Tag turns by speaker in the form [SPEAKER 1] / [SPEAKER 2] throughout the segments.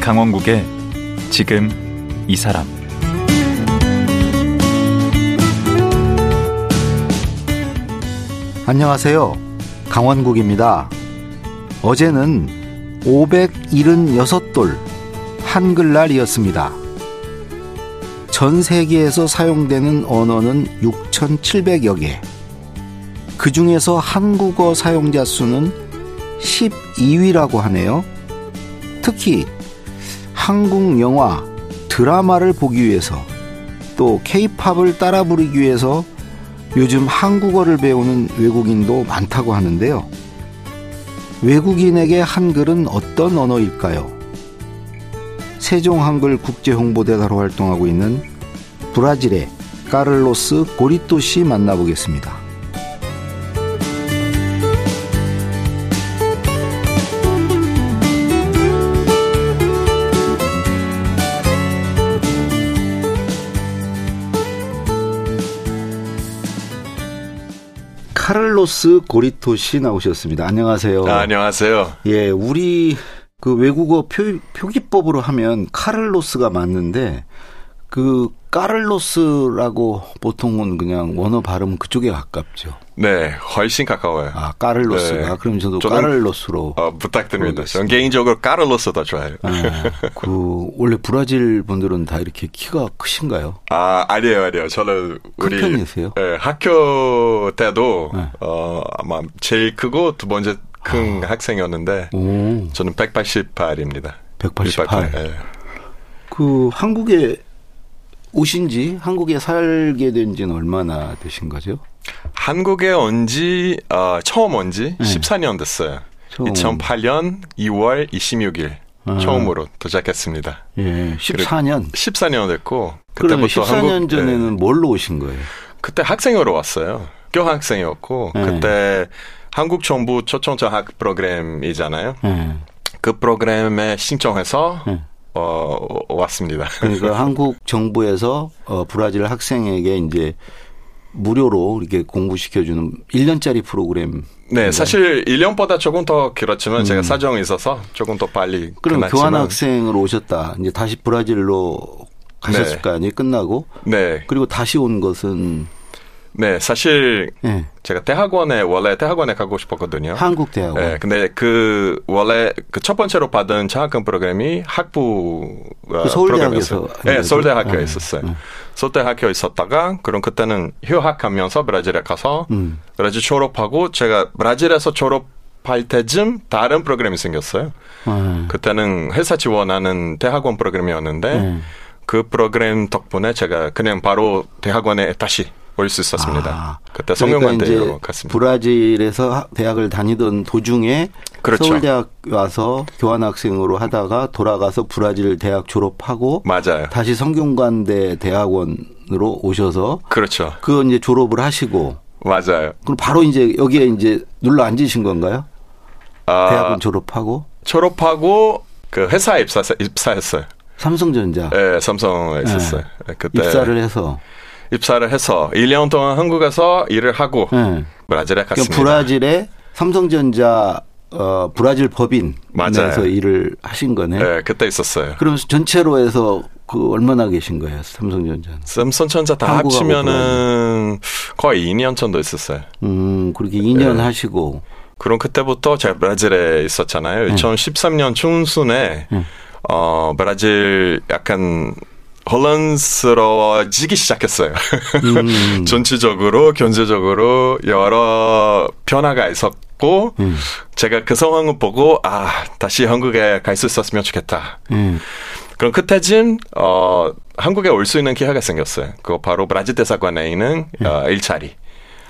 [SPEAKER 1] 강원국의 지금 이 사람
[SPEAKER 2] 안녕하세요. 강원국입니다. 어제는 576돌 한글날이었습니다. 전 세계에서 사용되는 언어는 6,700여 개. 그 중에서 한국어 사용자 수는 12위라고 하네요. 특히 한국 영화, 드라마를 보기 위해서 또 케이팝을 따라 부르기 위해서 요즘 한국어를 배우는 외국인도 많다고 하는데요. 외국인에게 한글은 어떤 언어일까요? 세종한글 국제홍보대사로 활동하고 있는 브라질의 까를로스 고리또 씨 만나보겠습니다. 카를로스 고리토 씨 나오셨습니다. 안녕하세요.
[SPEAKER 3] 아, 안녕하세요.
[SPEAKER 2] 예, 우리 그 외국어 표, 표기법으로 하면 카를로스가 맞는데 그 까를로스라고 보통은 그냥 원어 발음 그쪽에 가깝죠.
[SPEAKER 3] 네, 훨씬 가까워요.
[SPEAKER 2] 아, 까를로스가
[SPEAKER 3] 네.
[SPEAKER 2] 그럼 저도
[SPEAKER 3] 저는-
[SPEAKER 2] 까를로스로.
[SPEAKER 3] 어, 부탁드립니다.
[SPEAKER 2] 모르겠어요.
[SPEAKER 3] 저는 개인적으로 까를로스 더 좋아해요. 네.
[SPEAKER 2] 아, 그 원래 브라질 분들은 다 이렇게 키가 크신가요?
[SPEAKER 3] 아, 아니에요, 아니에요. 저는 우리
[SPEAKER 2] 편이세요?
[SPEAKER 3] 예, 학교 때도
[SPEAKER 2] 네.
[SPEAKER 3] 어, 아마 제일 크고 두 번째 큰 학생이었는데
[SPEAKER 2] 아. 오,
[SPEAKER 3] 저는 188입니다.
[SPEAKER 2] 188.
[SPEAKER 3] 네.
[SPEAKER 2] 그 한국에 오신지 한국에 살게 된 지는 얼마나 되신 거죠?
[SPEAKER 3] 한국에 온지 어, 처음 온지 14년 됐어요.
[SPEAKER 2] 네. 처음.
[SPEAKER 3] 2008년 2월 26일
[SPEAKER 2] 아.
[SPEAKER 3] 처음으로 도착했습니다.
[SPEAKER 2] 예, 14년.
[SPEAKER 3] 14년 됐고
[SPEAKER 2] 그러면
[SPEAKER 3] 그때부터
[SPEAKER 2] 14년
[SPEAKER 3] 한국- 예.
[SPEAKER 2] 전에는 뭘로 오신 거예요?
[SPEAKER 3] 그때 학생으로 왔어요. 교환학생이었고
[SPEAKER 2] 네.
[SPEAKER 3] 그때 한국 정부 초청장학 프로그램이잖아요.
[SPEAKER 2] 예.
[SPEAKER 3] 그 프로그램에 신청해서
[SPEAKER 2] 네.
[SPEAKER 3] 어, 왔습니다.
[SPEAKER 2] 그러니까 한국 정부에서 어, 브라질 학생에게 이제 무료로 이렇게 공부시켜주는 1년짜리 프로그램.
[SPEAKER 3] 네, 사실 1년보다 조금 더 길었지만 제가 사정이 있어서 조금 더 빨리
[SPEAKER 2] 음. 그럼
[SPEAKER 3] 끝났지만
[SPEAKER 2] 교환학생으로 오셨다. 이제 다시 브라질로 가셨을
[SPEAKER 3] 네.
[SPEAKER 2] 거 아니에요? 끝나고.
[SPEAKER 3] 네.
[SPEAKER 2] 그리고 다시 온 것은
[SPEAKER 3] 네, 사실
[SPEAKER 2] 예,
[SPEAKER 3] 제가 대학원에 원래 대학원에 가고 싶었거든요.
[SPEAKER 2] 한국대학원.
[SPEAKER 3] 네, 근데 그 원래 그 첫 번째로 받은 장학금 프로그램이 학부 어,
[SPEAKER 2] 그 서울대학에서
[SPEAKER 3] 프로그램이었어요.
[SPEAKER 2] 하는
[SPEAKER 3] 네,
[SPEAKER 2] 거죠?
[SPEAKER 3] 서울대학교에
[SPEAKER 2] 아,
[SPEAKER 3] 있었어요. 서울대학교에 있었다가 그럼 그때는 휴학하면서 브라질에 가서
[SPEAKER 2] 음.
[SPEAKER 3] 브라질 졸업하고 제가 브라질에서 졸업할 때쯤 다른 프로그램이 생겼어요.
[SPEAKER 2] 아,
[SPEAKER 3] 그때는 회사 지원하는 대학원 프로그램이었는데
[SPEAKER 2] 네.
[SPEAKER 3] 그 프로그램 덕분에 제가 그냥 바로 대학원에 다시 올 수 있었습니다.
[SPEAKER 2] 아. 그러니까 이제
[SPEAKER 3] 그때 성형관대로 갔습니다.
[SPEAKER 2] 브라질에서 하- 대학을 다니던 도중에
[SPEAKER 3] 그렇죠.
[SPEAKER 2] 서울대학 와서 교환학생으로 하다가 돌아가서 브라질 대학 졸업하고
[SPEAKER 3] 맞아요.
[SPEAKER 2] 다시 성균관대 대학원으로 오셔서
[SPEAKER 3] 그렇죠.
[SPEAKER 2] 그 이제 졸업을 하시고
[SPEAKER 3] 맞아요.
[SPEAKER 2] 그럼 바로 이제 여기에 이제 눌러 앉으신 건가요?
[SPEAKER 3] 아,
[SPEAKER 2] 대학원 졸업하고
[SPEAKER 3] 졸업하고 그 회사에 입사 입사했어요.
[SPEAKER 2] 삼성전자
[SPEAKER 3] 예, 삼성에 있었어요. 예, 그때
[SPEAKER 2] 네. 입사를 해서
[SPEAKER 3] 입사를 해서 1년 동안 한국에서 일을 하고
[SPEAKER 2] 예.
[SPEAKER 3] 브라질에
[SPEAKER 2] 그러니까
[SPEAKER 3] 갔습니다.
[SPEAKER 2] 브라질의 삼성전자 어, 브라질 법인에서
[SPEAKER 3] 맞아요.
[SPEAKER 2] 일을 하신 거네요.
[SPEAKER 3] 예, 그때 있었어요.
[SPEAKER 2] 그럼 전체로 해서 그 얼마나 계신 거예요? 삼성전자는.
[SPEAKER 3] 삼성전자 다
[SPEAKER 2] 한국하고
[SPEAKER 3] 합치면은 거의 2년 정도 있었어요.
[SPEAKER 2] 음, 그렇게 2년
[SPEAKER 3] 네.
[SPEAKER 2] 하시고
[SPEAKER 3] 그럼 그때부터 제가 브라질에 있었잖아요.
[SPEAKER 2] 음.
[SPEAKER 3] 2013년 중순에 어 브라질 약간 혼란스러워지기 시작했어요.
[SPEAKER 2] 음.
[SPEAKER 3] 정치적으로, 경제적으로 여러 변화가 있었고
[SPEAKER 2] 음.
[SPEAKER 3] 제가 그 상황을 보고 아 다시 한국에 갈 수 있었으면 좋겠다.
[SPEAKER 2] 음.
[SPEAKER 3] 그럼 그때쯤 어 한국에 올 수 있는 기회가 생겼어요. 그거 바로 브라질 대사관에 있는
[SPEAKER 2] 음.
[SPEAKER 3] 어, 일자리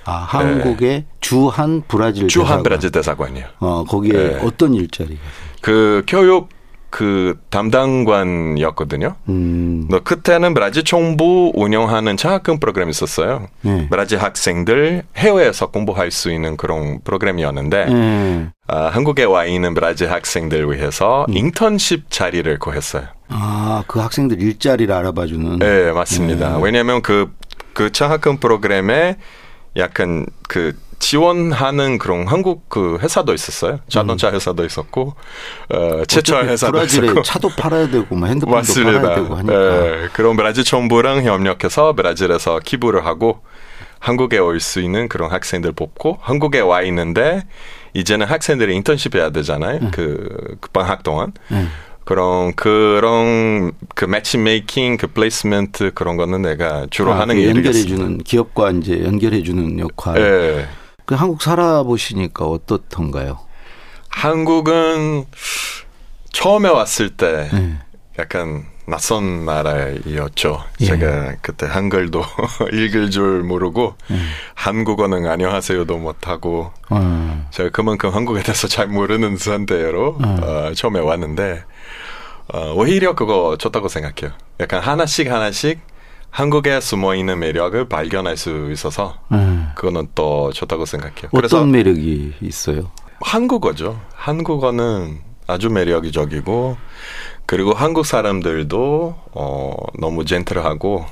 [SPEAKER 2] 아, 한국의 주한 브라질
[SPEAKER 3] 네.
[SPEAKER 2] 그 대사관.
[SPEAKER 3] 주한 브라질 네. 대사관이요.
[SPEAKER 2] 어, 거기에 어떤 일자리가? 있어요?
[SPEAKER 3] 그 교육 그 담당관이었거든요.
[SPEAKER 2] 음.
[SPEAKER 3] 너 그때는 브라질 정부 운영하는 장학금 프로그램이 있었어요.
[SPEAKER 2] 네.
[SPEAKER 3] 브라질 학생들 해외에서 공부할 수 있는 그런 프로그램이었는데
[SPEAKER 2] 예.
[SPEAKER 3] 아, 한국에 와 있는 브라질 학생들 위해서
[SPEAKER 2] 음.
[SPEAKER 3] 인턴십 자리를 구했어요.
[SPEAKER 2] 아, 그 학생들 일자리를 알아봐 주는
[SPEAKER 3] 네, 맞습니다. 왜냐하면 그, 그 장학금 프로그램에 약간 그 지원하는 그런 한국 그 회사도 있었어요. 자동차 회사도 있었고 어,
[SPEAKER 2] 음.
[SPEAKER 3] 제철
[SPEAKER 2] 어차피
[SPEAKER 3] 회사도
[SPEAKER 2] 브라질에
[SPEAKER 3] 있었고.
[SPEAKER 2] 차도 팔아야 되고 뭐 핸드폰도 팔아야 되고 하니까
[SPEAKER 3] 예, 그런 브라질 정부랑 협력해서 브라질에서 기부를 하고 한국에 올 수 있는 그런 학생들 뽑고 한국에 와 있는데 이제는 학생들이 인턴십 해야 되잖아요.
[SPEAKER 2] 네.
[SPEAKER 3] 그, 그 방학 동안. 그런 그런 그 매치메이킹 그 플레이스먼트 그런 거는 내가 주로
[SPEAKER 2] 아,
[SPEAKER 3] 하는
[SPEAKER 2] 그
[SPEAKER 3] 일이겠습니다.
[SPEAKER 2] 연결해 주는 기업과 이제 연결해 주는 역할.
[SPEAKER 3] 예.
[SPEAKER 2] 그 한국 살아보시니까 어떻던가요?
[SPEAKER 3] 한국은 처음에 왔을 때
[SPEAKER 2] 예.
[SPEAKER 3] 약간 낯선 나라였죠.
[SPEAKER 2] 예.
[SPEAKER 3] 제가 그때 한글도 읽을 줄 모르고
[SPEAKER 2] 예.
[SPEAKER 3] 한국어는 안녕하세요도 못하고
[SPEAKER 2] 어.
[SPEAKER 3] 제가 그만큼 한국에 대해서 잘 모르는 상태로
[SPEAKER 2] 음.
[SPEAKER 3] 어, 처음에 왔는데 어, 오히려 그거 좋다고 생각해요. 약간 하나씩 하나씩 한국에 숨어 있는 매력을 발견할 수 있어서
[SPEAKER 2] 예.
[SPEAKER 3] 그거는 또 좋다고 생각해요. 그래서
[SPEAKER 2] 어떤 매력이 있어요?
[SPEAKER 3] 한국어죠. 한국어는 아주 매력적이고 그리고 한국 사람들도 어 너무 젠틀하고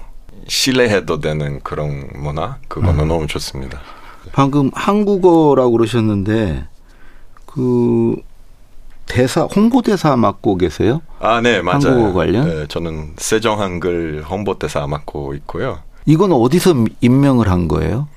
[SPEAKER 3] 신뢰해도 되는 그런 문화
[SPEAKER 2] 음.
[SPEAKER 3] 그거는 너무 좋습니다.
[SPEAKER 2] 방금 한국어라고 그러셨는데 그 대사 홍보대사 맡고 계세요?
[SPEAKER 3] 아, 네, 맞아요.
[SPEAKER 2] 한국어 관련?
[SPEAKER 3] 네, 저는 세종 한글 홍보대사 맡고 있고요.
[SPEAKER 2] 이건 어디서 임명을 한 거예요?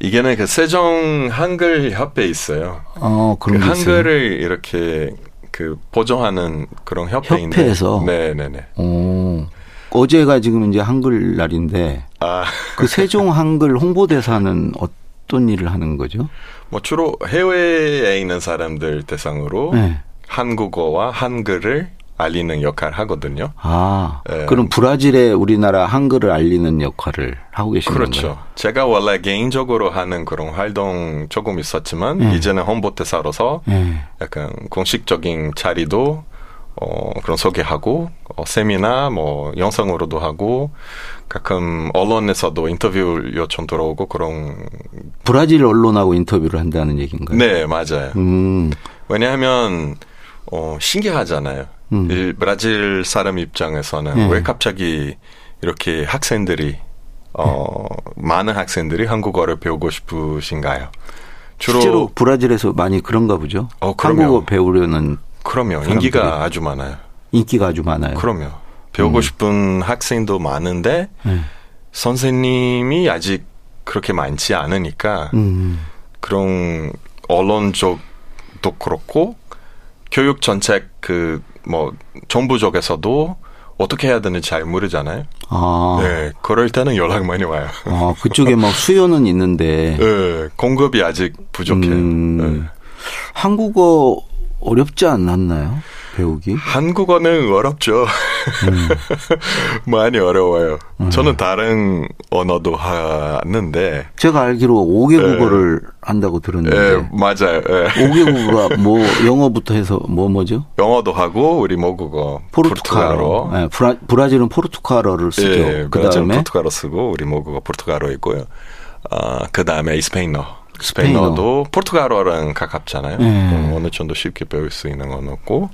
[SPEAKER 3] 이게는 그 세종 한글 협회 있어요.
[SPEAKER 2] 어
[SPEAKER 3] 그
[SPEAKER 2] 그런 게 있어요.
[SPEAKER 3] 한글을 이렇게 그 보조하는 그런 협회인데.
[SPEAKER 2] 협회에서?
[SPEAKER 3] 네, 네, 네.
[SPEAKER 2] 어, 어제가 지금 이제 한글 날인데
[SPEAKER 3] 아,
[SPEAKER 2] 그 세종 한글 홍보대사는 어떤 일을 하는 거죠?
[SPEAKER 3] 뭐 주로 해외에 있는 사람들 대상으로
[SPEAKER 2] 네.
[SPEAKER 3] 한국어와 한글을 알리는 역할을 하거든요.
[SPEAKER 2] 아,
[SPEAKER 3] 네.
[SPEAKER 2] 그럼 브라질에 우리나라 한글을 알리는 역할을 하고 계시는 거예요?
[SPEAKER 3] 그렇죠. 제가 원래 개인적으로 하는 그런 활동 조금 있었지만
[SPEAKER 2] 네.
[SPEAKER 3] 이제는 홍보대사로서
[SPEAKER 2] 예.
[SPEAKER 3] 약간 공식적인 자리도 어, 그런 소개하고 어, 세미나 뭐 영상으로도 하고 가끔 언론에서도 인터뷰 요청 들어오고 그런
[SPEAKER 2] 브라질 언론하고 인터뷰를 한다는 얘기인가요?
[SPEAKER 3] 네 맞아요.
[SPEAKER 2] 음,
[SPEAKER 3] 왜냐하면 어, 신기하잖아요.
[SPEAKER 2] 음.
[SPEAKER 3] 이 브라질 사람 입장에서는
[SPEAKER 2] 네.
[SPEAKER 3] 왜 갑자기 이렇게 학생들이 어,
[SPEAKER 2] 예.
[SPEAKER 3] 많은 학생들이 한국어를 배우고 싶으신가요? 주로
[SPEAKER 2] 실제로 브라질에서 많이 그런가 보죠.
[SPEAKER 3] 어, 그럼요.
[SPEAKER 2] 한국어 배우려는
[SPEAKER 3] 그럼요.
[SPEAKER 2] 사람들이. 예.
[SPEAKER 3] 인기가 아주 많아요.
[SPEAKER 2] 인기가 아주 많아요.
[SPEAKER 3] 그럼요.
[SPEAKER 2] 음.
[SPEAKER 3] 배우고 싶은 학생도 많은데
[SPEAKER 2] 네.
[SPEAKER 3] 선생님이 아직 그렇게 많지 않으니까
[SPEAKER 2] 음,
[SPEAKER 3] 그런 언론 쪽도 그렇고 교육 정책 그 뭐 정부 쪽에서도 어떻게 해야 되는지 잘 모르잖아요.
[SPEAKER 2] 아,
[SPEAKER 3] 네, 그럴 때는 연락 많이 와요.
[SPEAKER 2] 아, 그쪽에 막 수요는 있는데
[SPEAKER 3] 네, 공급이 아직 부족해요.
[SPEAKER 2] 음.
[SPEAKER 3] 네.
[SPEAKER 2] 한국어 어렵지 않았나요? 배우기?
[SPEAKER 3] 한국어는 어렵죠.
[SPEAKER 2] 음.
[SPEAKER 3] 많이 어려워요. 저는 다른 언어도 하는데,
[SPEAKER 2] 제가 알기로 5개 국어를 한다고
[SPEAKER 3] 예,
[SPEAKER 2] 들었는데
[SPEAKER 3] 맞아요. 예.
[SPEAKER 2] 5개 국어가 뭐 영어부터 해서 뭐 뭐죠?
[SPEAKER 3] 영어도 하고 우리 모국어,
[SPEAKER 2] 포르투갈어. 예, 브라, 브라질은 포르투갈어를 쓰죠.
[SPEAKER 3] 예, 그다음에
[SPEAKER 2] 그다음에
[SPEAKER 3] 포르투갈어 쓰고 우리 모국어 포르투갈어 있고요. 아 그다음에 스페인어.
[SPEAKER 2] 스페인어.
[SPEAKER 3] 스페인어도 네. 포르투갈어랑 가깝잖아요. 음,
[SPEAKER 2] 예.
[SPEAKER 3] 어느 정도 쉽게 배울 수 있는 언어고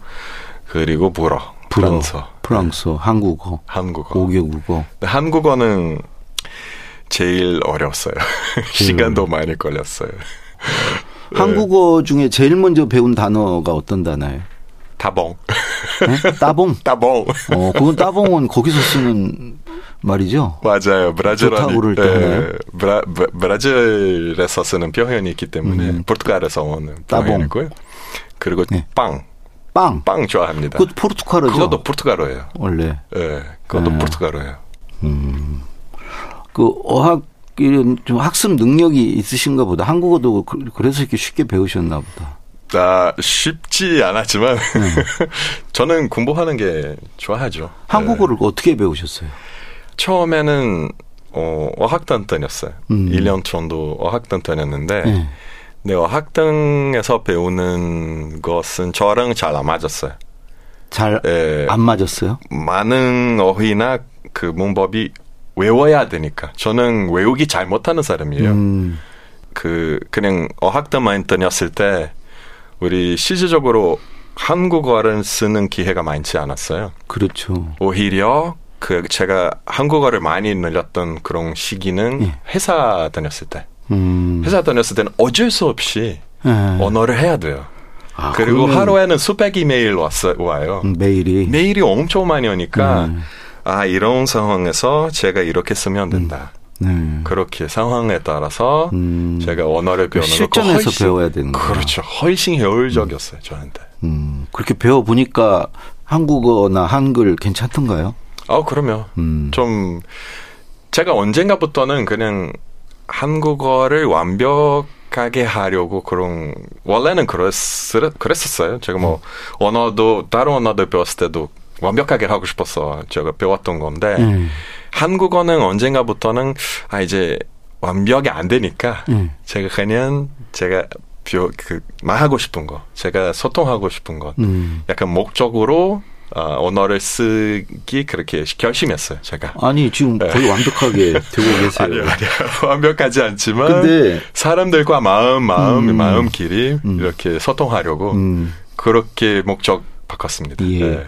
[SPEAKER 3] 그리고 불어,
[SPEAKER 2] 불어,
[SPEAKER 3] 프랑스어,
[SPEAKER 2] 프랑스어, 한국어,
[SPEAKER 3] 한국어.
[SPEAKER 2] 5개 국어.
[SPEAKER 3] 근데 한국어는 제일 어려웠어요. 시간도 많이 걸렸어요. 예.
[SPEAKER 2] 한국어 중에 제일 먼저 배운 단어가 어떤 단어예요?
[SPEAKER 3] 따봉,
[SPEAKER 2] 예? 따봉.
[SPEAKER 3] 따봉.
[SPEAKER 2] 어, 그건 따봉은 거기서 쓰는 말이죠.
[SPEAKER 3] 맞아요. 브라질
[SPEAKER 2] 조타구를 떠나요?
[SPEAKER 3] 브라, 브- 브라질에서 쓰는 표현이 있기 때문에 포르투갈에서 오는
[SPEAKER 2] 음. 따봉.
[SPEAKER 3] 표현이고요. 그리고
[SPEAKER 2] 네.
[SPEAKER 3] 빵,
[SPEAKER 2] 빵.
[SPEAKER 3] 빵 좋아합니다.
[SPEAKER 2] 그것도 포르투갈어죠.
[SPEAKER 3] 그것도 포르투갈어예요.
[SPEAKER 2] 원래.
[SPEAKER 3] 예, 그것도
[SPEAKER 2] 아.
[SPEAKER 3] 포르투갈어예요.
[SPEAKER 2] 그 어학 이런 좀 학습 능력이 있으신가 보다. 한국어도 그- 그래서 이렇게 쉽게 배우셨나 보다.
[SPEAKER 3] 아, 쉽지 않았지만 저는 공부하는 게 좋아하죠.
[SPEAKER 2] 한국어를
[SPEAKER 3] 예.
[SPEAKER 2] 어떻게 배우셨어요?
[SPEAKER 3] 처음에는 어, 어학당 다녔어요.
[SPEAKER 2] 음.
[SPEAKER 3] 1년 정도 어학당 다녔는데
[SPEAKER 2] 네.
[SPEAKER 3] 네, 어학당에서 배우는 것은 저랑 잘 안 맞았어요.
[SPEAKER 2] 잘 안
[SPEAKER 3] 예,
[SPEAKER 2] 맞았어요?
[SPEAKER 3] 많은 어휘나 그 문법이 외워야 되니까 저는 외우기 잘 못하는 사람이에요.
[SPEAKER 2] 음,
[SPEAKER 3] 그 그냥 어학당만 다녔을 때 우리 실질적으로 한국어를 쓰는 기회가 많지 않았어요.
[SPEAKER 2] 그렇죠.
[SPEAKER 3] 오히려 그 제가 한국어를 많이 늘렸던 그런 시기는
[SPEAKER 2] 예.
[SPEAKER 3] 회사 다녔을 때.
[SPEAKER 2] 음.
[SPEAKER 3] 회사 다녔을 때는 어쩔 수 없이
[SPEAKER 2] 예.
[SPEAKER 3] 언어를 해야 돼요.
[SPEAKER 2] 아,
[SPEAKER 3] 그리고
[SPEAKER 2] 그러면
[SPEAKER 3] 하루에는 수백 이메일 왔어, 와요.
[SPEAKER 2] 음, 메일이
[SPEAKER 3] 메일이 엄청 많이 오니까
[SPEAKER 2] 음.
[SPEAKER 3] 아 이런 상황에서 제가 이렇게 쓰면 된다.
[SPEAKER 2] 네.
[SPEAKER 3] 그렇게 상황에 따라서
[SPEAKER 2] 음.
[SPEAKER 3] 제가 언어를 배우는
[SPEAKER 2] 실전에서
[SPEAKER 3] 것과 훨씬-
[SPEAKER 2] 배워야 되는 거예요.
[SPEAKER 3] 그렇죠. 훨씬 효율적이었어요 저한테.
[SPEAKER 2] 음, 그렇게 배워 보니까 한국어나 한글 괜찮던가요?
[SPEAKER 3] 아 그러면
[SPEAKER 2] 음.
[SPEAKER 3] 좀 제가 언젠가부터는 그냥 한국어를 완벽하게 하려고 그런 원래는 그랬, 그랬었어요. 제가 뭐
[SPEAKER 2] 음.
[SPEAKER 3] 언어도 다른 언어도 배웠을 때도 완벽하게 하고 싶어서 제가 배웠던 건데
[SPEAKER 2] 음.
[SPEAKER 3] 한국어는 언젠가부터는 아 이제 완벽이 안 되니까
[SPEAKER 2] 음.
[SPEAKER 3] 제가 그냥 제가 표- 그 말하고 싶은 거, 제가 소통하고 싶은 것,
[SPEAKER 2] 음.
[SPEAKER 3] 약간 목적으로 어, 언어를 쓰기 그렇게 결심했어요. 제가
[SPEAKER 2] 아니 지금 거의 완벽하게 되고 계세요.
[SPEAKER 3] 예. 아니요, 아니요. 완벽하지 않지만
[SPEAKER 2] 근데-
[SPEAKER 3] 사람들과 마음, 마음,
[SPEAKER 2] 음.
[SPEAKER 3] 마음끼리 이렇게 소통하려고
[SPEAKER 2] 음.
[SPEAKER 3] 그렇게 목적 바꿨습니다.
[SPEAKER 2] 예.
[SPEAKER 3] 네.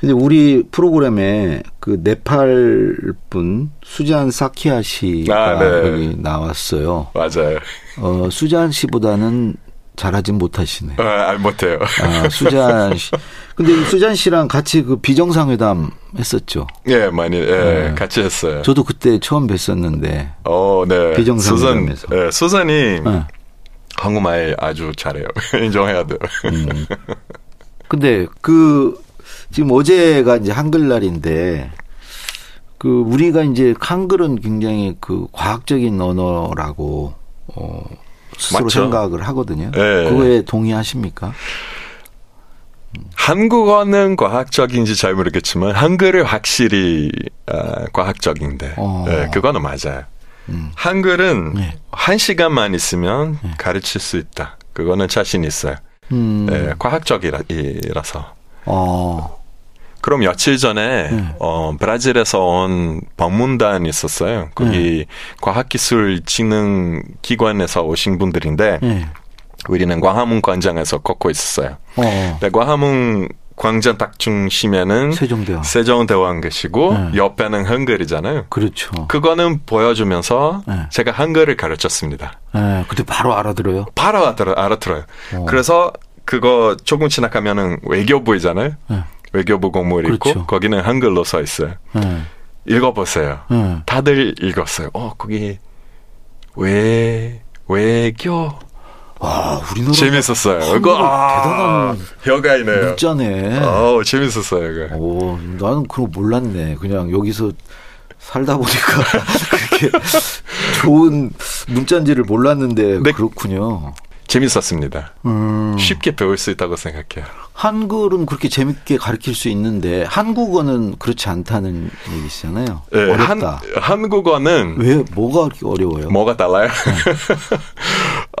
[SPEAKER 2] 근데 우리 프로그램에 그 네팔 분 수잔 사키아 씨가
[SPEAKER 3] 아, 네.
[SPEAKER 2] 여기 나왔어요.
[SPEAKER 3] 맞아요.
[SPEAKER 2] 어, 수잔 씨보다는 잘하진 못하시네.
[SPEAKER 3] 아, 아, 못해요.
[SPEAKER 2] 아, 수잔 씨. 근데 이 수잔 씨랑 같이 그 비정상회담 했었죠.
[SPEAKER 3] 예, 많이 예,
[SPEAKER 2] 아.
[SPEAKER 3] 같이 했어요.
[SPEAKER 2] 저도 그때 처음 뵀었는데.
[SPEAKER 3] 어, 네. 수선,
[SPEAKER 2] 비정상회담에서.
[SPEAKER 3] 예, 수선이
[SPEAKER 2] 어.
[SPEAKER 3] 한국말 아주 잘해요. 인정해야 돼요.
[SPEAKER 2] 음. 근데 그 지금 어제가 이제 한글날인데 그 우리가 이제 한글은 굉장히 그 과학적인 언어라고 어 스스로
[SPEAKER 3] 맞죠.
[SPEAKER 2] 생각을 하거든요.
[SPEAKER 3] 예.
[SPEAKER 2] 그거에 동의하십니까?
[SPEAKER 3] 한국어는 과학적인지 잘 모르겠지만 한글은 확실히 아, 과학적인데
[SPEAKER 2] 어.
[SPEAKER 3] 예, 그거는 맞아요.
[SPEAKER 2] 음.
[SPEAKER 3] 한글은
[SPEAKER 2] 네.
[SPEAKER 3] 한 시간만 있으면 가르칠 수 있다. 그거는 자신 있어요.
[SPEAKER 2] 음.
[SPEAKER 3] 예, 과학적이라서.
[SPEAKER 2] 어.
[SPEAKER 3] 그럼 며칠 전에
[SPEAKER 2] 네.
[SPEAKER 3] 어, 브라질에서 온 방문단 있었어요.
[SPEAKER 2] 네.
[SPEAKER 3] 거기 과학기술진흥 기관에서 오신 분들인데
[SPEAKER 2] 예.
[SPEAKER 3] 우리는 광화문 광장에서 걷고 있었어요.
[SPEAKER 2] 어.
[SPEAKER 3] 근데 광화문 광장 딱 중심에는
[SPEAKER 2] 세종대왕.
[SPEAKER 3] 음. 세종대왕 계시고
[SPEAKER 2] 네.
[SPEAKER 3] 옆에는 한글이잖아요.
[SPEAKER 2] 그렇죠.
[SPEAKER 3] 그거는 보여주면서
[SPEAKER 2] 네.
[SPEAKER 3] 제가 한글을 가르쳤습니다.
[SPEAKER 2] 예. 그때 바로 알아들어요.
[SPEAKER 3] 바로 알아- 알아들어요. 그래서 그거 조금 지나가면은 외교부이잖아요.
[SPEAKER 2] 네.
[SPEAKER 3] 외교부 건물
[SPEAKER 2] 그렇죠.
[SPEAKER 3] 있고 거기는 한글로 써 있어요.
[SPEAKER 2] 예.
[SPEAKER 3] 읽어보세요.
[SPEAKER 2] 예.
[SPEAKER 3] 다들 읽었어요. 어 거기 외 외교
[SPEAKER 2] 와, 아, 우리나라
[SPEAKER 3] 재밌었어요. 이거 아, 혀가이네요.
[SPEAKER 2] 문자네.
[SPEAKER 3] 아우 재밌었어요. 이거.
[SPEAKER 2] 오, 나는 그거 몰랐네. 그냥 여기서 살다 보니까 그렇게 좋은 문자인지를 몰랐는데
[SPEAKER 3] 네.
[SPEAKER 2] 그렇군요.
[SPEAKER 3] 재밌었습니다.
[SPEAKER 2] 음,
[SPEAKER 3] 쉽게 배울 수 있다고 생각해요.
[SPEAKER 2] 한글은 그렇게 재밌게 가르칠 수 있는데 한국어는 그렇지 않다는 얘기잖아요.
[SPEAKER 3] 예,
[SPEAKER 2] 네. 어렵다.
[SPEAKER 3] 한, 한국어는
[SPEAKER 2] 왜 뭐가 그렇게 어려워요?
[SPEAKER 3] 뭐가 달라요?
[SPEAKER 2] 네.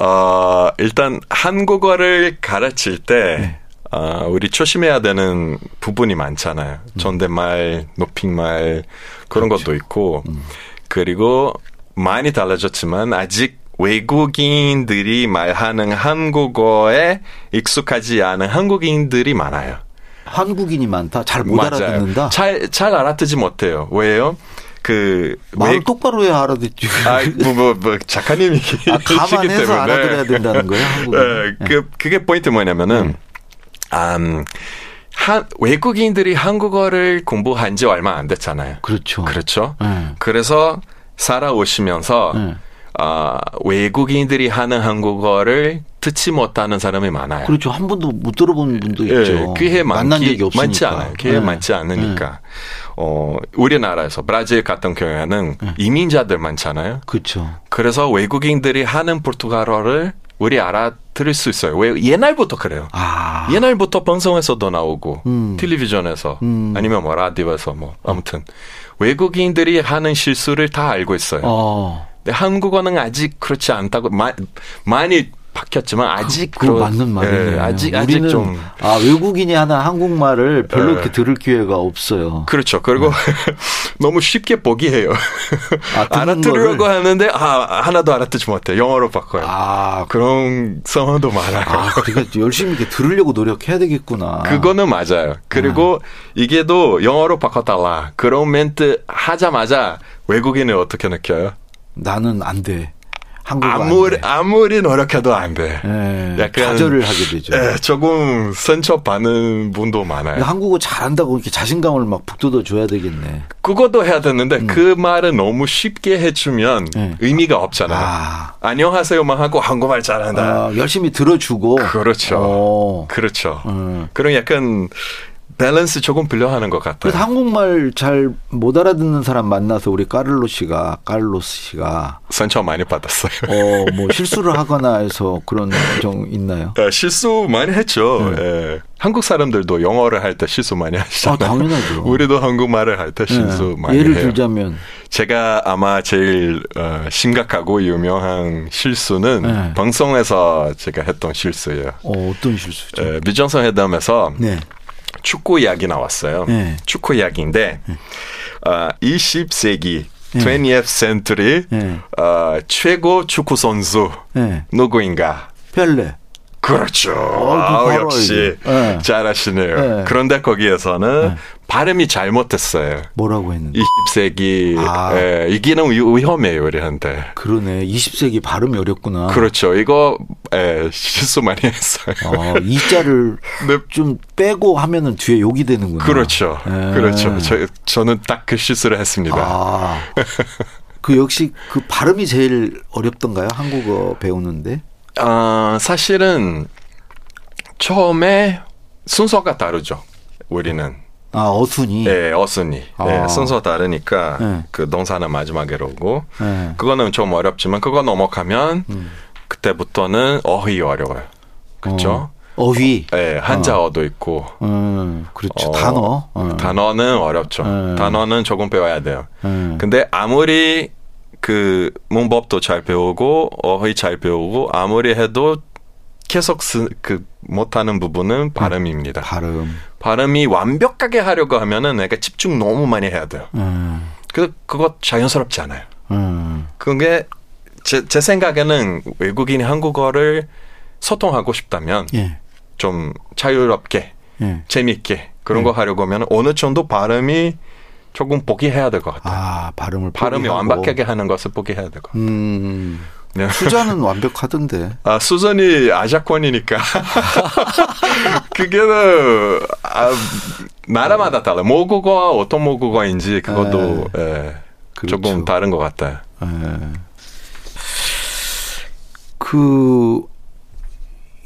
[SPEAKER 3] 어, 일단 한국어를 가르칠 때
[SPEAKER 2] 네.
[SPEAKER 3] 어, 우리 조심해야 되는 부분이 많잖아요.
[SPEAKER 2] 음.
[SPEAKER 3] 존댓말, 높임말 그런
[SPEAKER 2] 그렇죠.
[SPEAKER 3] 것도 있고
[SPEAKER 2] 음.
[SPEAKER 3] 그리고 많이 달라졌지만 아직 외국인들이 말하는 한국어에 익숙하지 않은 한국인들이 많아요.
[SPEAKER 2] 한국인이 많다. 잘 못 알아듣는다.
[SPEAKER 3] 잘, 잘 알아듣지 못해요. 왜요? 그,
[SPEAKER 2] 말을
[SPEAKER 3] 외-
[SPEAKER 2] 똑바로 해야 알아듣지.
[SPEAKER 3] 아, 뭐, 뭐, 뭐, 작가님이.
[SPEAKER 2] 아,
[SPEAKER 3] 계시기
[SPEAKER 2] 감안해서
[SPEAKER 3] 때문에.
[SPEAKER 2] 알아들어야 된다는 거예요, 한국어는?
[SPEAKER 3] 예, 그, 그게 포인트 뭐냐면은, 음, 한, 외국인들이 한국어를 공부한 지 얼마 안 됐잖아요.
[SPEAKER 2] 그렇죠.
[SPEAKER 3] 그렇죠.
[SPEAKER 2] 예.
[SPEAKER 3] 그래서 살아오시면서,
[SPEAKER 2] 네.
[SPEAKER 3] 아, 외국인들이 하는 한국어를 듣지 못하는 사람이 많아요.
[SPEAKER 2] 그렇죠. 한 번도 못 들어본 분도
[SPEAKER 3] 예,
[SPEAKER 2] 있죠.
[SPEAKER 3] 귀에
[SPEAKER 2] 만난
[SPEAKER 3] 많기-
[SPEAKER 2] 적이 없으니까.
[SPEAKER 3] 많지 않아요. 귀에
[SPEAKER 2] 예.
[SPEAKER 3] 많지 않으니까. 어, 우리나라에서 브라질 같은 경우에는
[SPEAKER 2] 예.
[SPEAKER 3] 이민자들 많잖아요.
[SPEAKER 2] 그렇죠.
[SPEAKER 3] 그래서 외국인들이 하는 포르투갈어를 우리 알아들을 수 있어요. 왜 옛날부터 그래요.
[SPEAKER 2] 아.
[SPEAKER 3] 예. 옛날부터 방송에서도 나오고
[SPEAKER 2] 음.
[SPEAKER 3] 텔레비전에서
[SPEAKER 2] 음.
[SPEAKER 3] 아니면 뭐 라디오에서 뭐 아무튼 외국인들이 하는 실수를 다 알고 있어요.
[SPEAKER 2] 어.
[SPEAKER 3] 근데 한국어는 아직 그렇지 않다고 마- 많이 바뀌었지만 아직
[SPEAKER 2] 그거
[SPEAKER 3] 그런-
[SPEAKER 2] 맞는 말이에요.
[SPEAKER 3] 예, 아직 아직
[SPEAKER 2] 우리는
[SPEAKER 3] 좀
[SPEAKER 2] 아 외국인이 하는 한국말을 별로
[SPEAKER 3] 예.
[SPEAKER 2] 이렇게 들을 기회가 없어요.
[SPEAKER 3] 그렇죠. 그리고 너무 쉽게 포기해요.
[SPEAKER 2] 네. 아, 듣는
[SPEAKER 3] 알아들으려고
[SPEAKER 2] 거를?
[SPEAKER 3] 하는데 아 하나도 알아듣지 못해. 영어로 바꿔요.
[SPEAKER 2] 아, 그,
[SPEAKER 3] 그런 상황도 많아요.
[SPEAKER 2] 아, 그러니까 열심히 이렇게 들으려고 노력해야 되겠구나.
[SPEAKER 3] 그거는 맞아요. 그리고 이게도 영어로 바꿔달라. 그런 멘트 하자마자 외국인을 어떻게 느껴요?
[SPEAKER 2] 나는 안 돼. 네, 한국어
[SPEAKER 3] 아무리
[SPEAKER 2] 아무리
[SPEAKER 3] 아무리 노력해도 안 돼. 약간-
[SPEAKER 2] 좌절을 하게 되죠.
[SPEAKER 3] 예, 조금 상처받는 분도 많아요.
[SPEAKER 2] 그러니까 한국어 잘한다고 이렇게 자신감을 막 북돋워 줘야 되겠네.
[SPEAKER 3] 그것도 해야 되는데
[SPEAKER 2] 음.
[SPEAKER 3] 그 말을 너무 쉽게 해주면
[SPEAKER 2] 예.
[SPEAKER 3] 의미가 없잖아요.
[SPEAKER 2] 아,
[SPEAKER 3] 안녕하세요만 하고 한국말 잘한다.
[SPEAKER 2] 아, 열심히 들어주고.
[SPEAKER 3] 네. 그렇죠.
[SPEAKER 2] 어.
[SPEAKER 3] 그렇죠.
[SPEAKER 2] 음.
[SPEAKER 3] 그런 약간 밸런스 조금 빌려하는 것 같아요.
[SPEAKER 2] 그래서 한국말 잘 못 알아듣는 사람 만나서 우리 까를로 씨가 까를로스 씨가
[SPEAKER 3] 상처 많이 받았어요.
[SPEAKER 2] 어 뭐 실수를 하거나 해서 그런 정 있나요? 아,
[SPEAKER 3] 예, 실수 많이 했죠. 예. 한국 사람들도 영어를 할 때 실수 많이
[SPEAKER 2] 네. 아
[SPEAKER 3] 하시잖아요.
[SPEAKER 2] 당연하죠.
[SPEAKER 3] 우리도 한국말을 할 때 실수
[SPEAKER 2] 예.
[SPEAKER 3] 많이
[SPEAKER 2] 예를
[SPEAKER 3] 해요.
[SPEAKER 2] 들자면
[SPEAKER 3] 제가 아마 제일 어, 심각하고 유명한 실수는
[SPEAKER 2] 네.
[SPEAKER 3] 방송에서 제가 했던 실수예요.
[SPEAKER 2] 어, 어떤 실수죠?
[SPEAKER 3] 에, 미정선 회담에서
[SPEAKER 2] 네.
[SPEAKER 3] 축구 이야기 나왔어요.
[SPEAKER 2] 네.
[SPEAKER 3] 축구 이야기인데 어, 20세기
[SPEAKER 2] 예.
[SPEAKER 3] 20th century
[SPEAKER 2] 네.
[SPEAKER 3] 어, 최고 축구 선수
[SPEAKER 2] 네.
[SPEAKER 3] 누구인가?
[SPEAKER 2] 펠레.
[SPEAKER 3] 그렇죠.
[SPEAKER 2] 바로
[SPEAKER 3] 아우,
[SPEAKER 2] 알지.
[SPEAKER 3] 역시
[SPEAKER 2] 네.
[SPEAKER 3] 잘하시네요.
[SPEAKER 2] 네.
[SPEAKER 3] 그런데 거기에서는
[SPEAKER 2] 예.
[SPEAKER 3] 발음이 잘못됐어요.
[SPEAKER 2] 뭐라고 했는데?
[SPEAKER 3] 20세기
[SPEAKER 2] 아.
[SPEAKER 3] 예, 이기는 위- 위험해요, 우리한테.
[SPEAKER 2] 그러네. 20세기 발음이 어렵구나.
[SPEAKER 3] 그렇죠. 이거 에, 실수 많이 했어요.
[SPEAKER 2] 어, 이 자를
[SPEAKER 3] 네.
[SPEAKER 2] 좀 빼고 하면은 뒤에 욕이 되는구나.
[SPEAKER 3] 그렇죠.
[SPEAKER 2] 예.
[SPEAKER 3] 그렇죠. 저, 저는 딱 그 실수를 했습니다.
[SPEAKER 2] 아. 그 역시 그 발음이 제일 어렵던가요? 한국어 배우는데?
[SPEAKER 3] 아, 사실은 처음에 순서가 다르죠. 우리는
[SPEAKER 2] 아, 어순이.
[SPEAKER 3] 예, 어순이
[SPEAKER 2] 아.
[SPEAKER 3] 예, 순서 다르니까
[SPEAKER 2] 네.
[SPEAKER 3] 그 동사는 마지막에 오고
[SPEAKER 2] 네.
[SPEAKER 3] 그거는 좀 어렵지만 그거 넘어가면
[SPEAKER 2] 음.
[SPEAKER 3] 그때부터는 어휘 어려워요. 그렇죠?
[SPEAKER 2] 어휘.
[SPEAKER 3] 예, 한자어도 있고
[SPEAKER 2] 음, 그렇죠.
[SPEAKER 3] 어,
[SPEAKER 2] 단어. 어.
[SPEAKER 3] 단어는 어렵죠.
[SPEAKER 2] 음.
[SPEAKER 3] 단어는 조금 배워야 돼요.
[SPEAKER 2] 음.
[SPEAKER 3] 근데 아무리 그 문법도 잘 배우고 어휘 잘 배우고 아무리 해도 계속 쓰, 그 못하는 부분은 발음입니다.
[SPEAKER 2] 발음.
[SPEAKER 3] 발음이 완벽하게 하려고 하면은 내가 집중 너무 많이 해야 돼요.
[SPEAKER 2] 음,
[SPEAKER 3] 그 그거 자연스럽지 않아요.
[SPEAKER 2] 음.
[SPEAKER 3] 그게 제, 제 생각에는 외국인이 한국어를 소통하고 싶다면
[SPEAKER 2] 예.
[SPEAKER 3] 좀 자유롭게
[SPEAKER 2] 예.
[SPEAKER 3] 재미있게 그런
[SPEAKER 2] 네.
[SPEAKER 3] 거 하려고 하면 어느 정도 발음이 조금 포기해야 될 것 같아요.
[SPEAKER 2] 아, 발음을
[SPEAKER 3] 발음이
[SPEAKER 2] 포기하고.
[SPEAKER 3] 완벽하게 하는 것을 포기해야 될 것 같아요.
[SPEAKER 2] 음.
[SPEAKER 3] 네.
[SPEAKER 2] 투자는 완벽하던데.
[SPEAKER 3] 아, 수전이 아자권이니까. 그게는, 아, 나라마다 달라. 모국어와 어떤 모국어인지 그것도, 예,
[SPEAKER 2] 아, 그렇죠.
[SPEAKER 3] 조금 다른 것 같아요.
[SPEAKER 2] 예. 그,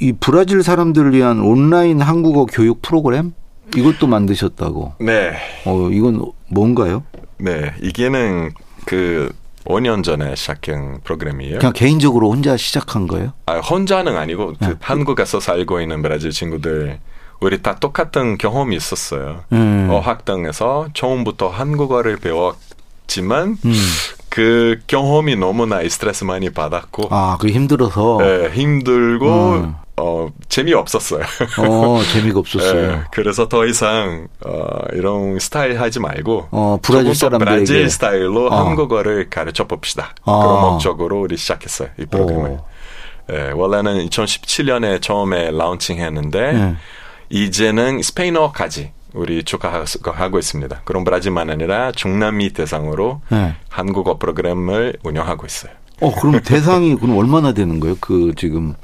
[SPEAKER 2] 이 브라질 사람들을 위한 온라인 한국어 교육 프로그램? 이것도 만드셨다고.
[SPEAKER 3] 네.
[SPEAKER 2] 어, 이건 뭔가요?
[SPEAKER 3] 네. 이게는 그, 5년 전에 시작한 프로그램이에요.
[SPEAKER 2] 그냥 개인적으로 혼자 시작한 거예요?
[SPEAKER 3] 아, 혼자는 아니고,
[SPEAKER 2] 네.
[SPEAKER 3] 그 한국에서 살고 있는 브라질 친구들, 우리 다 똑같은 경험이 있었어요.
[SPEAKER 2] 음.
[SPEAKER 3] 어학당에서 처음부터 한국어를 배웠지만
[SPEAKER 2] 음.
[SPEAKER 3] 그 경험이 너무나 스트레스 많이 받았고
[SPEAKER 2] 아, 그 힘들어서.
[SPEAKER 3] 예, 힘들고
[SPEAKER 2] 음.
[SPEAKER 3] 어, 재미없었어요.
[SPEAKER 2] 어, 재미가
[SPEAKER 3] 예,
[SPEAKER 2] 없었어요.
[SPEAKER 3] 그래서 더 이상 어, 이런 스타일 하지 말고
[SPEAKER 2] 어, 브라질
[SPEAKER 3] 조금 더
[SPEAKER 2] 사람들에게.
[SPEAKER 3] 브라질 스타일로
[SPEAKER 2] 어.
[SPEAKER 3] 한국어를 가르쳐 봅시다.
[SPEAKER 2] 아.
[SPEAKER 3] 그런 목적으로 우리 시작했어요. 이 프로그램을.
[SPEAKER 2] 오.
[SPEAKER 3] 예, 원래는 2017년에 처음에 라운칭했는데
[SPEAKER 2] 예.
[SPEAKER 3] 이제는 스페인어까지 우리 축하하고 있습니다. 그럼 브라질만 아니라 중남미 대상으로
[SPEAKER 2] 예.
[SPEAKER 3] 한국어 프로그램을 운영하고 있어요.
[SPEAKER 2] 어, 그럼 대상이 그럼 얼마나 되는 거예요? 그 지금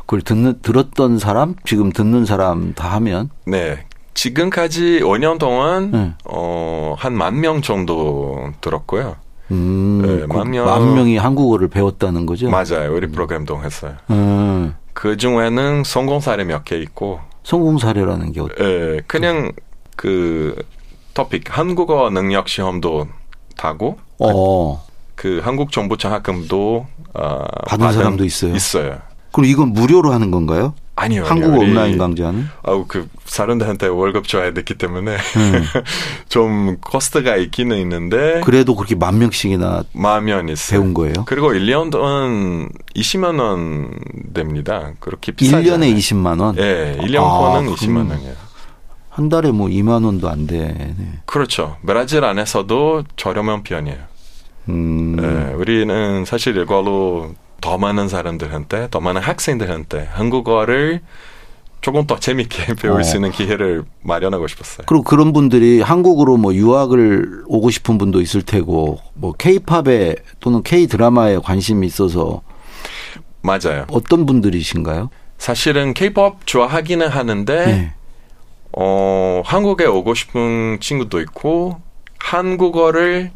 [SPEAKER 2] 그걸 듣는 들었던 사람, 지금 듣는 사람 다 하면
[SPEAKER 3] 네. 지금까지 5년 동안
[SPEAKER 2] 네.
[SPEAKER 3] 어, 한 만 명 정도 들었고요.
[SPEAKER 2] 음,
[SPEAKER 3] 네,
[SPEAKER 2] 그
[SPEAKER 3] 만 명.
[SPEAKER 2] 만 명이 한국어를 배웠다는 거죠?
[SPEAKER 3] 맞아요. 우리 프로그램 동했어요.
[SPEAKER 2] 음,
[SPEAKER 3] 그 중에는 성공 사례 몇 개 있고
[SPEAKER 2] 성공 사례라는 게 어때?
[SPEAKER 3] 예, 그냥 그 토픽 한국어 능력 시험도 다고
[SPEAKER 2] 어,
[SPEAKER 3] 그 한국 정부 장학금도 어,
[SPEAKER 2] 받은 사람도 있어요?
[SPEAKER 3] 있어요.
[SPEAKER 2] 그럼 이건 무료로 하는 건가요?
[SPEAKER 3] 아니요.
[SPEAKER 2] 한국어
[SPEAKER 3] 아니요. 우리-
[SPEAKER 2] 온라인 강좌는?
[SPEAKER 3] 아우 그 사람들한테 월급 줘야 됐기 때문에 좀 코스트가 있기는 있는데
[SPEAKER 2] 음. 그래도 그렇게 만 명씩이나
[SPEAKER 3] 마면 있어요.
[SPEAKER 2] 배운 거예요?
[SPEAKER 3] 그리고 1년 동안 20만 원 됩니다. 그렇게 비싸지
[SPEAKER 2] 1년에
[SPEAKER 3] 않아요.
[SPEAKER 2] 20만 원?
[SPEAKER 3] 예, 1년
[SPEAKER 2] 아,
[SPEAKER 3] 포는
[SPEAKER 2] 그럼
[SPEAKER 3] 20만 원이에요.
[SPEAKER 2] 한 달에 뭐 2만 원도 안 돼. 네.
[SPEAKER 3] 그렇죠. 브라질 안에서도 저렴한 편이에요.
[SPEAKER 2] 음,
[SPEAKER 3] 예, 우리는 사실 이걸로 더 많은 사람들한테, 더 많은 학생들한테 한국어를 조금 더 재밌게 배울
[SPEAKER 2] 어.
[SPEAKER 3] 수 있는 기회를 마련하고 싶었어요.
[SPEAKER 2] 그리고 그런 분들이 한국으로 뭐 유학을 오고 싶은 분도 있을 테고 뭐 케이팝에 또는 케이 드라마에 관심이 있어서
[SPEAKER 3] 맞아요.
[SPEAKER 2] 어떤 분들이신가요?
[SPEAKER 3] 사실은 케이팝 좋아하기는 하는데
[SPEAKER 2] 네.
[SPEAKER 3] 어, 한국에 오고 싶은 친구도 있고, 한국어를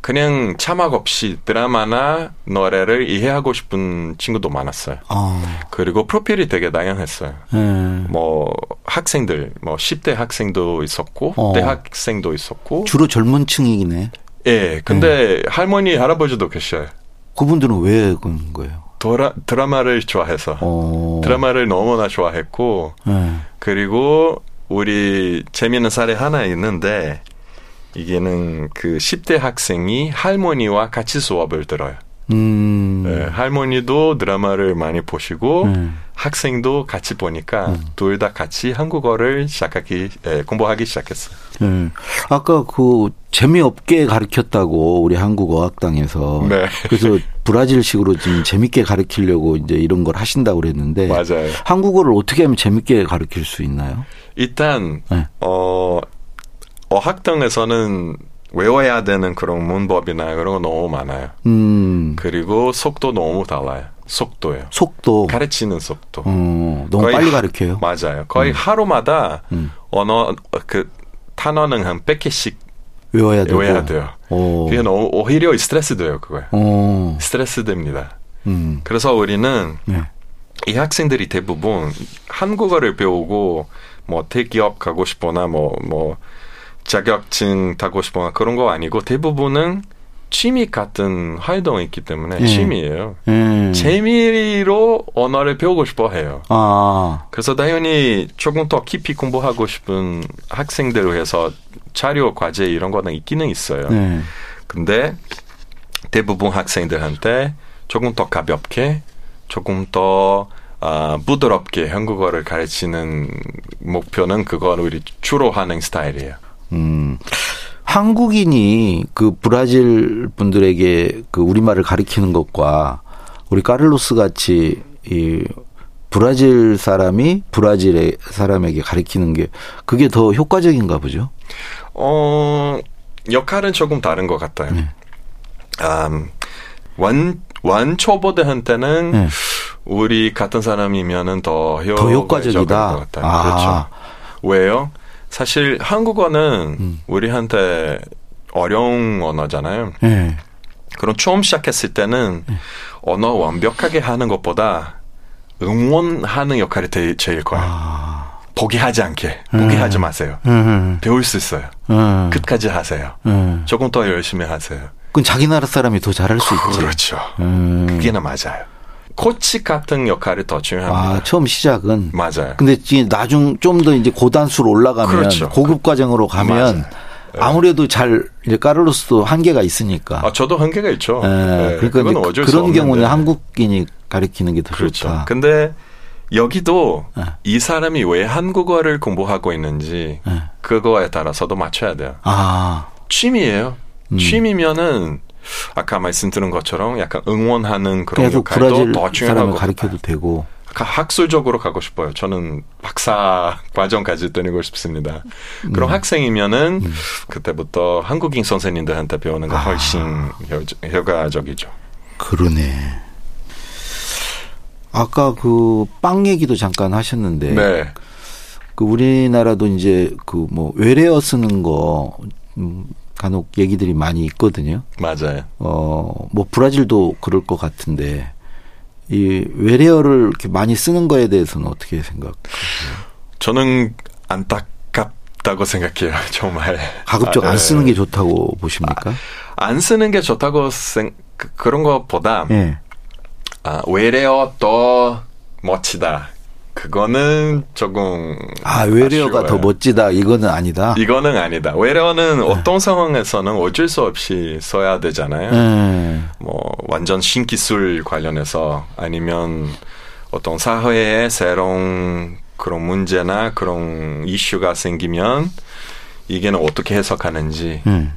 [SPEAKER 3] 그냥 자막 없이 드라마나 노래를 이해하고 싶은 친구도 많았어요.
[SPEAKER 2] 아,
[SPEAKER 3] 그리고 프로필이 되게 다양했어요.
[SPEAKER 2] 예.
[SPEAKER 3] 뭐, 학생들, 뭐, 10대 학생도 있었고,
[SPEAKER 2] 어.
[SPEAKER 3] 대학생도 있었고,
[SPEAKER 2] 주로 네. 젊은 층이네.
[SPEAKER 3] 예, 근데 할머니, 할아버지도 계셔요.
[SPEAKER 2] 그분들은 왜 그런 거예요?
[SPEAKER 3] 드라, 드라마를 좋아해서.
[SPEAKER 2] 어.
[SPEAKER 3] 드라마를 너무나 좋아했고,
[SPEAKER 2] 예.
[SPEAKER 3] 그리고 우리 재미있는 사례 하나 있는데 이게는 그 10대 학생이 할머니와 같이 수업을 들어요.
[SPEAKER 2] 음.
[SPEAKER 3] 예, 할머니도 드라마를 많이 보시고
[SPEAKER 2] 네.
[SPEAKER 3] 학생도 같이 보니까
[SPEAKER 2] 음.
[SPEAKER 3] 둘 다 같이 한국어를 시작하기 예, 공부하기 시작했어요.
[SPEAKER 2] 예. 아까 그 재미없게 가르쳤다고 우리 한국 어학당에서
[SPEAKER 3] 네.
[SPEAKER 2] 그래서 브라질식으로 지금 재밌게 가르치려고 이제 이런 걸 하신다고 그랬는데
[SPEAKER 3] 맞아요.
[SPEAKER 2] 한국어를 어떻게 하면 재밌게 가르칠 수 있나요?
[SPEAKER 3] 일단
[SPEAKER 2] 네.
[SPEAKER 3] 어 어학당에서는 외워야 되는 그런 문법이나 그런 거 너무 많아요.
[SPEAKER 2] 음.
[SPEAKER 3] 그리고 속도 너무 달라요. 속도요.
[SPEAKER 2] 속도.
[SPEAKER 3] 가르치는 속도.
[SPEAKER 2] 어, 너무
[SPEAKER 3] 거의
[SPEAKER 2] 빨리
[SPEAKER 3] 하-
[SPEAKER 2] 가르쳐요.
[SPEAKER 3] 맞아요. 거의 하루마다
[SPEAKER 2] 음.
[SPEAKER 3] 언어 그 단어는 한 100개씩
[SPEAKER 2] 외워야 되고.
[SPEAKER 3] 외워야 돼요.
[SPEAKER 2] 어.
[SPEAKER 3] 그게 너무 오히려 스트레스 돼요, 그거요.
[SPEAKER 2] 어.
[SPEAKER 3] 스트레스 됩니다.
[SPEAKER 2] 음.
[SPEAKER 3] 그래서 우리는
[SPEAKER 2] 네.
[SPEAKER 3] 이 학생들이 대부분 한국어를 배우고 뭐 대기업 가고 싶거나 뭐 뭐 자격증 타고 싶거나 그런 거 아니고 대부분은 취미 같은 활동이 있기 때문에
[SPEAKER 2] 예.
[SPEAKER 3] 취미예요.
[SPEAKER 2] 예.
[SPEAKER 3] 재미로 언어를 배우고 싶어 해요.
[SPEAKER 2] 아.
[SPEAKER 3] 그래서 당연히 조금 더 깊이 공부하고 싶은 학생들을 위해서 자료 과제 이런 거는 있기는 있어요.
[SPEAKER 2] 네.
[SPEAKER 3] 근데 대부분 학생들한테 조금 더 가볍게, 조금 더 아, 부드럽게 한국어를 가르치는 목표는 그건 우리 주로 하는 스타일이에요.
[SPEAKER 2] 음. 한국인이 그 브라질 분들에게 그 우리말을 가르치는 것과 우리 카를로스 같이 이 브라질 사람이 브라질의 사람에게 가르치는 게 그게 더 효과적인가 보죠.
[SPEAKER 3] 어, 역할은 조금 다른 것 같아요. 음, 완, 완초보들한테는
[SPEAKER 2] 네.
[SPEAKER 3] 우리 같은 사람이면은 더,
[SPEAKER 2] 더
[SPEAKER 3] 효과적인
[SPEAKER 2] 효과적이다.
[SPEAKER 3] 것 같아요.
[SPEAKER 2] 아.
[SPEAKER 3] 그렇죠. 왜요? 사실 한국어는 우리한테 어려운 언어잖아요.
[SPEAKER 2] 예.
[SPEAKER 3] 그럼 처음 시작했을 때는 언어 완벽하게 하는 것보다 응원하는 역할이 되- 제일 커요. 포기하지 않게 포기하지 마세요.
[SPEAKER 2] 예.
[SPEAKER 3] 배울 수 있어요.
[SPEAKER 2] 예.
[SPEAKER 3] 끝까지 하세요.
[SPEAKER 2] 예.
[SPEAKER 3] 조금 더 열심히 하세요.
[SPEAKER 2] 그건 자기 나라 사람이 더 잘할 수 있지.
[SPEAKER 3] 그렇죠.
[SPEAKER 2] 음.
[SPEAKER 3] 그게는 맞아요. 코치 같은 역할이 더 중요합니다.
[SPEAKER 2] 아, 처음 시작은.
[SPEAKER 3] 맞아요.
[SPEAKER 2] 근데 이제 나중 좀 더 이제 고단수로 올라가면
[SPEAKER 3] 그렇죠.
[SPEAKER 2] 고급 과정으로 가면 아무래도잘 이제 까르로스도 한계가 있으니까.
[SPEAKER 3] 아, 저도 한계가 있죠.
[SPEAKER 2] 예,
[SPEAKER 3] 네,
[SPEAKER 2] 그러니까
[SPEAKER 3] 그건
[SPEAKER 2] 이제
[SPEAKER 3] 어쩔 수
[SPEAKER 2] 그런
[SPEAKER 3] 없는데.
[SPEAKER 2] 경우는 한국인이 가르치는 게 더
[SPEAKER 3] 그렇죠.
[SPEAKER 2] 좋다.
[SPEAKER 3] 근데 여기도
[SPEAKER 2] 예.
[SPEAKER 3] 이 사람이 왜 한국어를 공부하고 있는지
[SPEAKER 2] 예.
[SPEAKER 3] 그거에 따라서도 맞춰야 돼요.
[SPEAKER 2] 아,
[SPEAKER 3] 취미예요.
[SPEAKER 2] 음.
[SPEAKER 3] 취미면은 아까 말씀드린 것처럼 약간 응원하는 그런
[SPEAKER 2] 계속
[SPEAKER 3] 역할도
[SPEAKER 2] 브라질
[SPEAKER 3] 더 중요하고
[SPEAKER 2] 사람을 가르쳐도 되고.
[SPEAKER 3] 가- 학술적으로 가고 싶어요. 저는 박사 과정까지 다니고 싶습니다.
[SPEAKER 2] 음.
[SPEAKER 3] 그럼 학생이면은 그때부터 한국인 선생님들한테 배우는 거
[SPEAKER 2] 아.
[SPEAKER 3] 훨씬 효- 효과적이죠.
[SPEAKER 2] 그러네. 아까 그 빵 얘기도 잠깐 하셨는데
[SPEAKER 3] 네.
[SPEAKER 2] 그 우리나라도 이제 그 뭐 외래어 쓰는 거 음, 간혹 얘기들이 많이 있거든요.
[SPEAKER 3] 맞아요.
[SPEAKER 2] 어, 뭐 브라질도 그럴 것 같은데 이 외래어를 이렇게 많이 쓰는 거에 대해서는 어떻게 생각?
[SPEAKER 3] 저는 안타깝다고 생각해요. 정말.
[SPEAKER 2] 가급적
[SPEAKER 3] 아,
[SPEAKER 2] 안
[SPEAKER 3] 네.
[SPEAKER 2] 쓰는 게 좋다고 보십니까?
[SPEAKER 3] 안 쓰는 게 좋다고 생, 그- 그런 것보다
[SPEAKER 2] 예.
[SPEAKER 3] 아, 외래어 더 멋지다. 그거는 조금
[SPEAKER 2] 아 외래어가
[SPEAKER 3] 아쉬워요.
[SPEAKER 2] 더 멋지다 이거는 아니다.
[SPEAKER 3] 이거는 아니다.
[SPEAKER 2] 네.
[SPEAKER 3] 외래어는 어떤 상황에서는 어쩔 수 없이 써야 되잖아요.
[SPEAKER 2] 예.
[SPEAKER 3] 뭐 완전 신기술 관련해서 아니면 어떤 사회에 새로운 그런 문제나 그런 이슈가 생기면 이게는 어떻게 해석하는지
[SPEAKER 2] 예.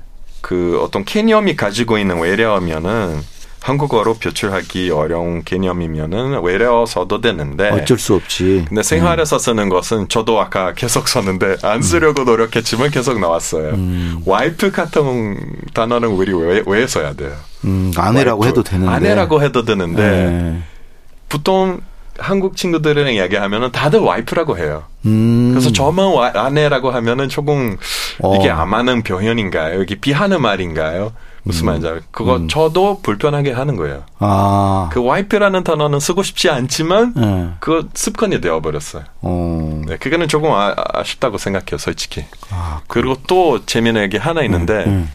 [SPEAKER 3] 그 어떤 개념이 가지고 있는 외래어면은 한국어로 표출하기 어려운 개념이면은 외래어 써도 되는데
[SPEAKER 2] 어쩔 수 없이.
[SPEAKER 3] 근데 생활에서 쓰는 것은 저도 아까 계속 썼는데 안 쓰려고 노력했지만 계속 나왔어요. 와이프 같은 단어는 우리 왜, 왜 써야 돼요?
[SPEAKER 2] 음, 아내라고
[SPEAKER 3] 와이프.
[SPEAKER 2] 해도 되는데.
[SPEAKER 3] 아내라고 네. 해도 네. 되는데
[SPEAKER 2] 예.
[SPEAKER 3] 보통 한국 친구들이랑 이야기하면은 다들 와이프라고 해요.
[SPEAKER 2] 음.
[SPEAKER 3] 그래서 저만 와, 아내라고 하면은 조금 이게
[SPEAKER 2] 어.
[SPEAKER 3] 아마는 표현인가요? 이게 비하는 말인가요?
[SPEAKER 2] 음.
[SPEAKER 3] 무슨 말인지 알아요. 그거 저도 불편하게 하는 거예요.
[SPEAKER 2] 아.
[SPEAKER 3] 그 와이프라는 단어는 쓰고 싶지 않지만
[SPEAKER 2] 예.
[SPEAKER 3] 그거 습관이 되어버렸어요.
[SPEAKER 2] 어.
[SPEAKER 3] 네, 그거는 조금 아, 아쉽다고 생각해요, 솔직히.
[SPEAKER 2] 아,
[SPEAKER 3] 그리고 또 재미있는 얘기 하나 있는데
[SPEAKER 2] 음.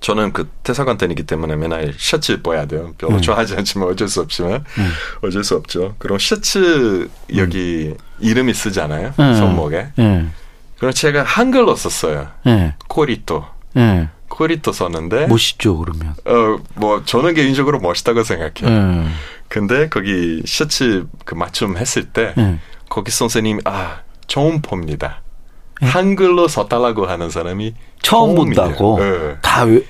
[SPEAKER 3] 저는 그 태사관단이기 때문에 맨날 셔츠 입어야 돼요. 별로
[SPEAKER 2] 음.
[SPEAKER 3] 좋아하지 않지만 어쩔 수 없지만 어쩔 수 없죠. 그럼 셔츠
[SPEAKER 2] 음.
[SPEAKER 3] 여기 이름이 쓰잖아요,
[SPEAKER 2] 예.
[SPEAKER 3] 손목에.
[SPEAKER 2] 예.
[SPEAKER 3] 그럼 제가 한글로 썼어요.
[SPEAKER 2] 예.
[SPEAKER 3] 코리토.
[SPEAKER 2] 예.
[SPEAKER 3] 네? 코리토 썼는데
[SPEAKER 2] 멋있죠, 그러면.
[SPEAKER 3] 어, 뭐 저는 개인적으로 멋있다고 생각해요.
[SPEAKER 2] 예.
[SPEAKER 3] 근데 거기 셔츠 그 맞춤 했을 때
[SPEAKER 2] 예.
[SPEAKER 3] 거기 선생님이 아 처음 봅니다. 한글로 써달라고 하는 사람이
[SPEAKER 2] 예. 처음
[SPEAKER 3] 처음이에요.
[SPEAKER 2] 본다고.
[SPEAKER 3] 예.
[SPEAKER 2] 다, 외,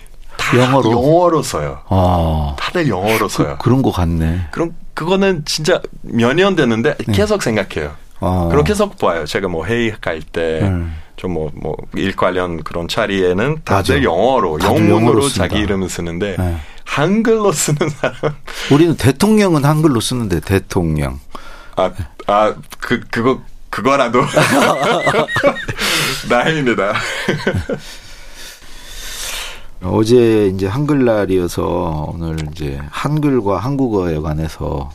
[SPEAKER 2] 영어로.
[SPEAKER 3] 영어로 써요.
[SPEAKER 2] 아.
[SPEAKER 3] 다들 영어로 써요. 그,
[SPEAKER 2] 그런 거 같네.
[SPEAKER 3] 럼 그거는 진짜 몇 년 됐는데 계속 생각해요.
[SPEAKER 2] 네. 어.
[SPEAKER 3] 그렇게 계속 봐요. 제가 뭐 회의 갈 때.
[SPEAKER 2] 음.
[SPEAKER 3] 좀 뭐 뭐 일 관련 그런 자리에는 다들
[SPEAKER 2] 맞아.
[SPEAKER 3] 영어로
[SPEAKER 2] 다들
[SPEAKER 3] 영문으로
[SPEAKER 2] 영어로 쓴다.
[SPEAKER 3] 자기 이름을 쓰는데
[SPEAKER 2] 네.
[SPEAKER 3] 한글로 쓰는 사람
[SPEAKER 2] 우리는 대통령은 한글로 쓰는데 대통령. 네.
[SPEAKER 3] 아 아 그 그거 그거라도 나입니다.
[SPEAKER 2] 어제 이제 한글날이어서 오늘 이제 한글과 한국어에 관해서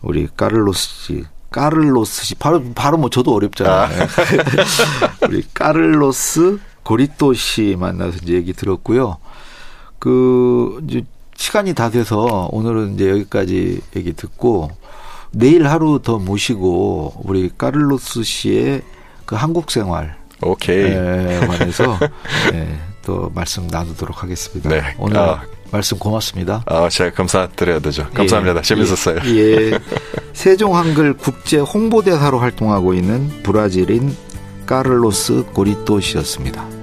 [SPEAKER 2] 우리 까를로스 씨, 까를로스 씨 바로 바로 뭐 저도 어렵잖아요. 우리 까를로스 고리또 씨 만나서 이제 얘기 들었고요. 그 이제 시간이 다 돼서 오늘은 이제 여기까지 얘기 듣고 내일 하루 더 모시고 우리 까를로스 씨의 그 한국 생활
[SPEAKER 3] 오케이.
[SPEAKER 2] 에 관해서 예, 또 말씀 나누도록 하겠습니다.
[SPEAKER 3] 네.
[SPEAKER 2] 오늘
[SPEAKER 3] 아.
[SPEAKER 2] 말씀 고맙습니다.
[SPEAKER 3] 아 제가 감사드려야 되죠. 감사합니다.
[SPEAKER 2] 예,
[SPEAKER 3] 재밌었어요.
[SPEAKER 2] 예, 예. 세종 한글 국제 홍보대사로 활동하고 있는 브라질인 까를로스 고리또 씨였습니다.